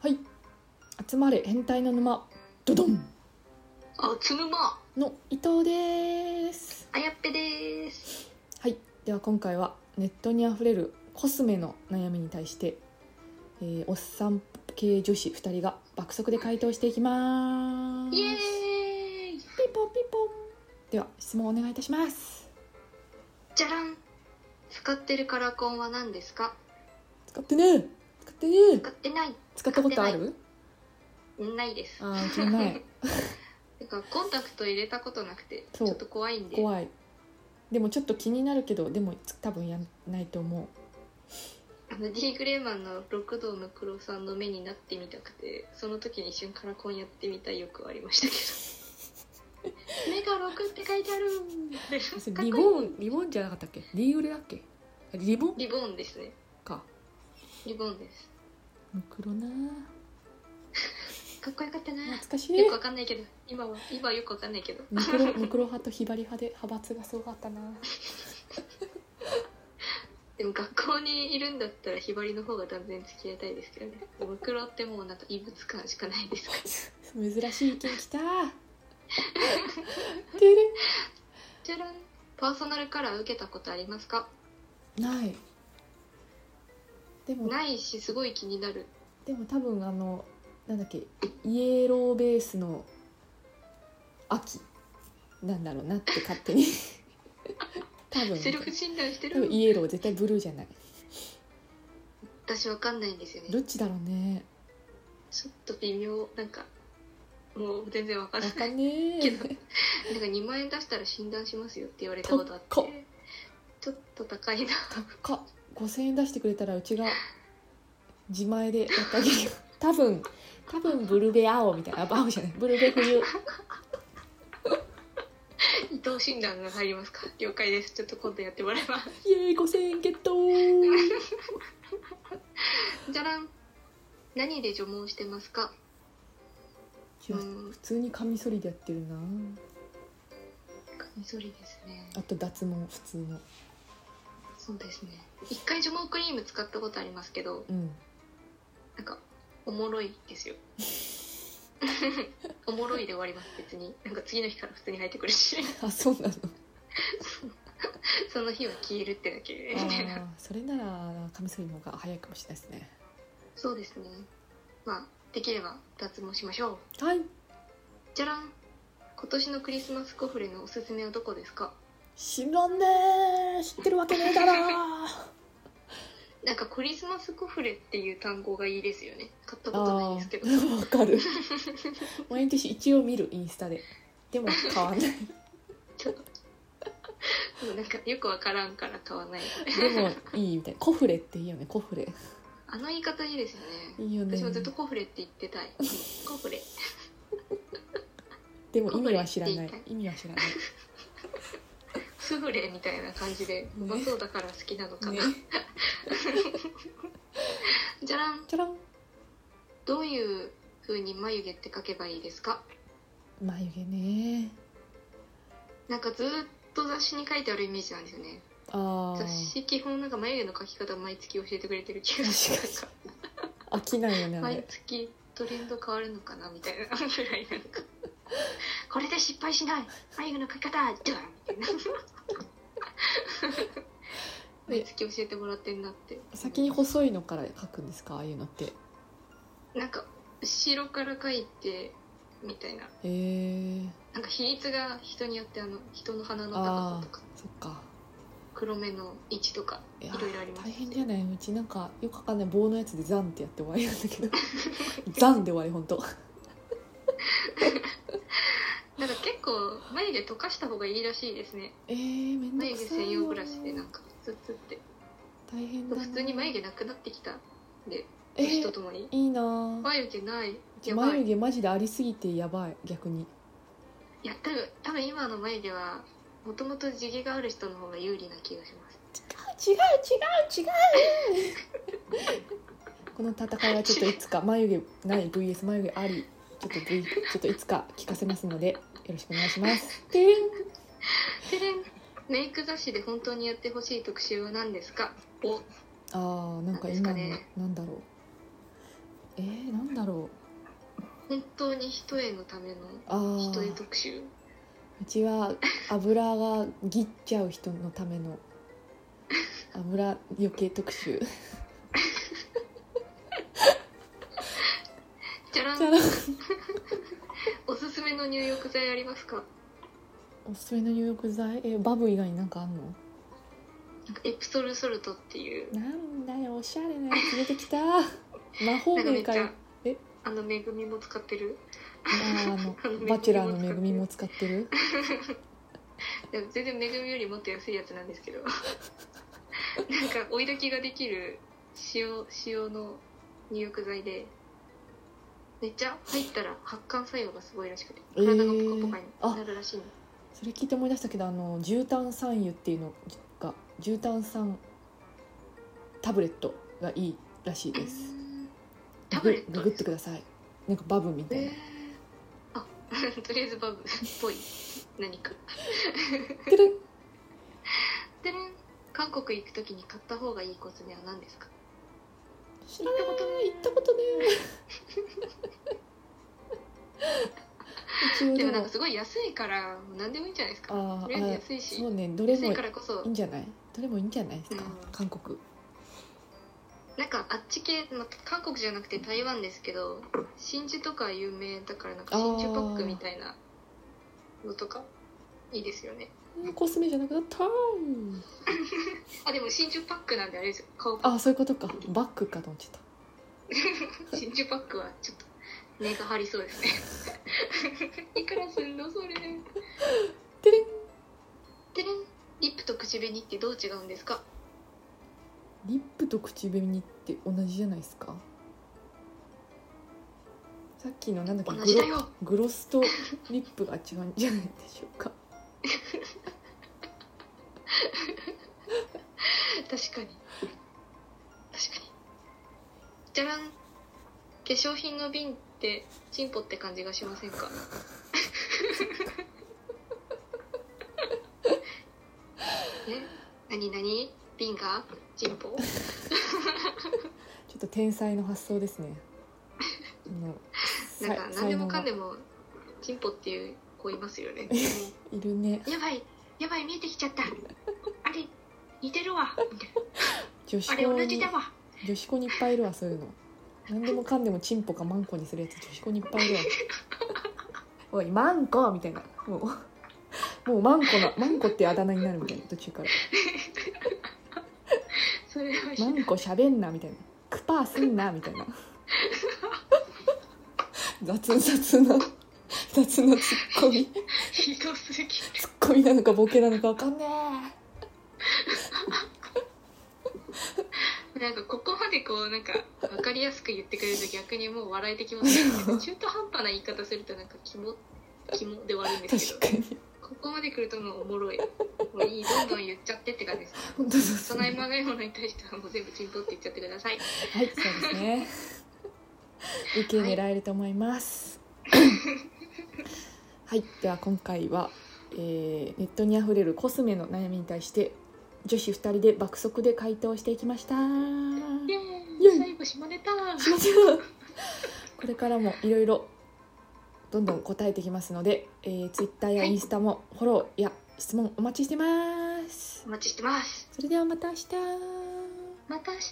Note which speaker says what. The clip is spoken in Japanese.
Speaker 1: はい集まれ変態の沼ドドン
Speaker 2: あつぬま
Speaker 1: の伊藤です
Speaker 2: あやっぺです
Speaker 1: はいでは今回はネットにあふれるコスメの悩みに対して、えーおっさん系女子2人が爆速で回答していきます
Speaker 2: イエーイ
Speaker 1: ピンポンピンポンでは質問お願いいたします
Speaker 2: じゃらん使ってるカラコンは何ですか
Speaker 1: 使ってね使ってね
Speaker 2: 使ってない
Speaker 1: 使ったことある
Speaker 2: ないです
Speaker 1: あーうち ない
Speaker 2: てかコンタクト入れたことなくてち
Speaker 1: そう
Speaker 2: ょっと怖いんで
Speaker 1: 怖いでもちょっと気になるけどでもつ多分やんないと思う
Speaker 2: あの D グレーマンの六道の黒さんの目になってみたくてその時に一瞬カラコンやってみたい欲はありました けど目が六って書いてあるかっ
Speaker 1: リ
Speaker 2: こいい
Speaker 1: ボンリボンじゃなかったっけリーグレだっけリボン
Speaker 2: リボンですね
Speaker 1: か
Speaker 2: リボンです
Speaker 1: ムクロな
Speaker 2: かっこよかったな
Speaker 1: 懐かしい
Speaker 2: よくわかんないけど今は今はよくわかんないけど
Speaker 1: ムクロムクロ派とヒバリ派で派閥がすごかったな
Speaker 2: でも学校にいるんだったらひばりの方が断然付き合いたいですけどねムクロってもうなんか異物感しかないですから
Speaker 1: 珍しい意見き たてれ
Speaker 2: じゃらんパーソナルカラー受けたことありますか
Speaker 1: ないでも
Speaker 2: ないしすごい気になる
Speaker 1: でも多分あのなんだっけイエローベースの秋なんだろうなって勝手 に多分
Speaker 2: セルフ診断して
Speaker 1: 多分
Speaker 2: る
Speaker 1: イエロー絶対ブルーじゃない
Speaker 2: 私わかんないんですよ
Speaker 1: ど
Speaker 2: ね
Speaker 1: っちだろうね
Speaker 2: ちょっと微妙なんかもう全然わかんな
Speaker 1: わ
Speaker 2: い
Speaker 1: かんね
Speaker 2: け
Speaker 1: え
Speaker 2: どなんか2万円出したら診断しますよって言われたことあっ
Speaker 1: 高って
Speaker 2: ちょっと高いな
Speaker 1: 高っ5000円出してくれたらうちが自前でやったげ るよ多分多分ブルベ青みたいなあ青じゃないブルベ冬
Speaker 2: 伊藤診断が入りますか了解ですちょっと今度やってもらいます
Speaker 1: イエーイ5000円ゲット
Speaker 2: じゃらん何で除毛してますか
Speaker 1: いうや
Speaker 2: ん
Speaker 1: 普通にカミソリでやってるな
Speaker 2: カミソリですね
Speaker 1: あと脱毛普通の
Speaker 2: そうですね一回除毛クリーム使ったことありますけど
Speaker 1: うん
Speaker 2: なんかおもろいですよ おもろいで終わります別になんか次の日から普通に生えてくる し
Speaker 1: あそうなの
Speaker 2: その日は消えるってだけ
Speaker 1: あ
Speaker 2: みたいな
Speaker 1: ーそれならカミソリの方が早いかもしれないですね
Speaker 2: そうですねまあできれば脱毛しましょう
Speaker 1: はい
Speaker 2: じゃらん今年のクリスマスコフレのおすすめはどこですか
Speaker 1: 知らんねえ知ってるわけねえだろ
Speaker 2: なんかクリスマスコフレっていう単語がいいですよね買ったことない
Speaker 1: あ
Speaker 2: ですけど
Speaker 1: ーわか る毎年一応見るインスタででも買わない
Speaker 2: なんかよくわからんから買わない
Speaker 1: でもいいみたいなコフレっていいよねコフレ
Speaker 2: あの言い方いいですよね
Speaker 1: いいよね
Speaker 2: 私もずっとコフレって言ってたいコフレ
Speaker 1: でも意味は知らな
Speaker 2: コフレ
Speaker 1: い
Speaker 2: って
Speaker 1: 意味は知らな
Speaker 2: スフレみたいな感じでうまそうだから好きなのかな、
Speaker 1: いね
Speaker 2: じゃらん
Speaker 1: じゃらん
Speaker 2: どういう風に眉毛って描けばいいですか
Speaker 1: 眉毛ね
Speaker 2: なんかずっと雑誌に書いてあるイメージなんですよね
Speaker 1: あ
Speaker 2: 雑
Speaker 1: ー
Speaker 2: 誌基本なんか眉毛の描き方毎月教えてくれてる気がする
Speaker 1: 確
Speaker 2: なん
Speaker 1: 飽きな
Speaker 2: か
Speaker 1: いよねあ
Speaker 2: 毎
Speaker 1: れ
Speaker 2: 月トレンド変わるのかなみたいなぐらいなんかこれで失敗しない眉毛の描き方ドゥンみたいな毎月教えてもらってんなって
Speaker 1: 先に細いのから描くんですかああいうのって
Speaker 2: なんか後ろから描いてみたいな
Speaker 1: えー、
Speaker 2: なんか比率が人によってあの人の鼻の高
Speaker 1: あ
Speaker 2: さ
Speaker 1: ー
Speaker 2: とか
Speaker 1: そっか
Speaker 2: 黒目の位置とか
Speaker 1: い
Speaker 2: い
Speaker 1: や
Speaker 2: ろいろあります
Speaker 1: 大変じゃないうちなんかよくわかんない棒のやつでザンってやって終わりなんだけど ザンで終わり本当
Speaker 2: なんか結構眉毛溶かした方がいいらしいですね
Speaker 1: えー、めんど
Speaker 2: 眉
Speaker 1: く
Speaker 2: 毛
Speaker 1: さい
Speaker 2: 専用ブラシでなんかツッツって
Speaker 1: 大変だな
Speaker 2: 普通に眉毛なくなってきたんで
Speaker 1: え
Speaker 2: 年と
Speaker 1: ー、
Speaker 2: ともに
Speaker 1: いいなー
Speaker 2: 眉毛ないやばい
Speaker 1: 眉毛マジでありすぎてやばい逆に
Speaker 2: いや多分多分今の眉毛はもともと地毛がある人の方が有利な気がします
Speaker 1: 違う違う違う この戦いはちょっといつか眉毛ない VS 眉毛ありちょっと V ちょっといつか聞かせますのでよろしくお願いしますてれん
Speaker 2: てれんメイク雑誌で本当にやってほしい特集は何ですかお
Speaker 1: あーなんか今の
Speaker 2: なんですかね
Speaker 1: なんだろうえー、なんだろう
Speaker 2: 本当に一重のための
Speaker 1: あ
Speaker 2: 一重
Speaker 1: ー
Speaker 2: 特集
Speaker 1: うちは油がぎっちゃう人のための油余計特集
Speaker 2: じゃらん
Speaker 1: じゃらん
Speaker 2: おすすめの入浴剤ありますか
Speaker 1: おすすめの入浴剤えバブ以外になんかあんの
Speaker 2: なんかエプソルソルトっていう
Speaker 1: なんだよおしゃれなやつ出てき た魔法
Speaker 2: なんかめ
Speaker 1: 瓶
Speaker 2: っち
Speaker 1: から
Speaker 2: ゃ
Speaker 1: え
Speaker 2: あのめぐみも使ってる
Speaker 1: あ
Speaker 2: あ
Speaker 1: ーあ
Speaker 2: の
Speaker 1: のバチェラーの恵みも使ってる
Speaker 2: いや全然めぐみよりもっと安いやつなんです けどなんか追い焚きができる塩塩の入浴剤でめっちゃ入ったら発汗作用がすごいらしくて
Speaker 1: えー
Speaker 2: 体がポカポカになるらしいの、
Speaker 1: それ聞いて思い出したけどあの絨毯酸油っていうのが絨毯酸タブレットがいいらしいです
Speaker 2: うんタブレッ
Speaker 1: グ
Speaker 2: ト
Speaker 1: グっ
Speaker 2: で
Speaker 1: て
Speaker 2: す
Speaker 1: くださいなんかバブみたい
Speaker 2: え
Speaker 1: な
Speaker 2: ーあ とりあえずバブっ ぽい何か
Speaker 1: てる
Speaker 2: でね韓国行く時に買った方がいいコスメは何ですか
Speaker 1: 知らない行ったことねえ一応
Speaker 2: で
Speaker 1: で
Speaker 2: もなん
Speaker 1: も
Speaker 2: かすごい安いから何でもいいんじゃないですか
Speaker 1: あ
Speaker 2: とりあえず
Speaker 1: ーあ
Speaker 2: 安いし
Speaker 1: そうねどれ
Speaker 2: 安
Speaker 1: も
Speaker 2: い
Speaker 1: い
Speaker 2: からこそ
Speaker 1: いんじゃないどれもいいんじゃないですか、
Speaker 2: うん
Speaker 1: 韓国
Speaker 2: なんかあっち系、まあ、韓国じゃなくて台湾ですけど真珠とか有名だからなんか真珠パックみたいなのとかいいですよね
Speaker 1: うんコスメじゃなくなった
Speaker 2: あでも真珠パックなんであれですよ顔
Speaker 1: あそういうことかバッグかと思っちゃった
Speaker 2: 真珠パックはちょっと根が張りそうですねいくらすんのそれ
Speaker 1: てれん
Speaker 2: でねリップと口紅ってどう違うんですか
Speaker 1: リップと口紅って同じじゃないですかさっきのなんだっけ
Speaker 2: 同
Speaker 1: グ
Speaker 2: じだ
Speaker 1: ロ
Speaker 2: よ
Speaker 1: グロスとリップが違うんじゃないでしょうか
Speaker 2: 確かに確かにじゃらん化粧品の瓶ってチンポって感じがしません かえ何何瓶がチンポ
Speaker 1: ちょっと天才の発想ですねあのさ
Speaker 2: なんか何でもかんで
Speaker 1: 才
Speaker 2: もチンポっていう子いますよ ね
Speaker 1: 能がいるね
Speaker 2: やばいやばい見えてきち ゃったあれ似てるわみたいな
Speaker 1: 女子
Speaker 2: あれ
Speaker 1: 校
Speaker 2: 同じ
Speaker 1: に
Speaker 2: だわ
Speaker 1: 女子校にいっぱいいるわそういうの何でもかんでもチンポかマンコにするやつ女子校にいっぱいいるわおいマンコみたいなもうもうマンコなマンコってあだ名になるみたいな途中から
Speaker 2: それはひど
Speaker 1: マ
Speaker 2: い
Speaker 1: ンコしゃべんなみたいなクパーすんなみたいな雑雑な雑なツッコミ
Speaker 2: ひどすぎる
Speaker 1: ツッコミなのかボケなのかわかんね
Speaker 2: なんかここまでこうなんか分かりやすく言ってくれると逆にもう笑えてきます ね中途半端な言い方するとなんかキモキモで悪いん
Speaker 1: え
Speaker 2: です
Speaker 1: 確
Speaker 2: け
Speaker 1: か
Speaker 2: ど
Speaker 1: に
Speaker 2: ここまで来るともうおもろいもういいどんどん言っちゃってって感じです
Speaker 1: 本当です
Speaker 2: そな
Speaker 1: ね
Speaker 2: いまがいものに対してはもう全部チンポって言っちゃってください
Speaker 1: はいそうですね受け狙えると思いますはいでは今回は、えーネットにあふれるコスメの悩みに対して女子2人で爆速で回答していきました
Speaker 2: イエ
Speaker 1: イエ
Speaker 2: ー
Speaker 1: ー
Speaker 2: イ
Speaker 1: イ
Speaker 2: 最後下ネタ
Speaker 1: しましょうこれからもいろいろどんどん答えてきますので、えー、Twitter や
Speaker 2: はい
Speaker 1: インスタもフォローや質問お待ちしてます
Speaker 2: お待ちしてます
Speaker 1: それではまた明日
Speaker 2: また明日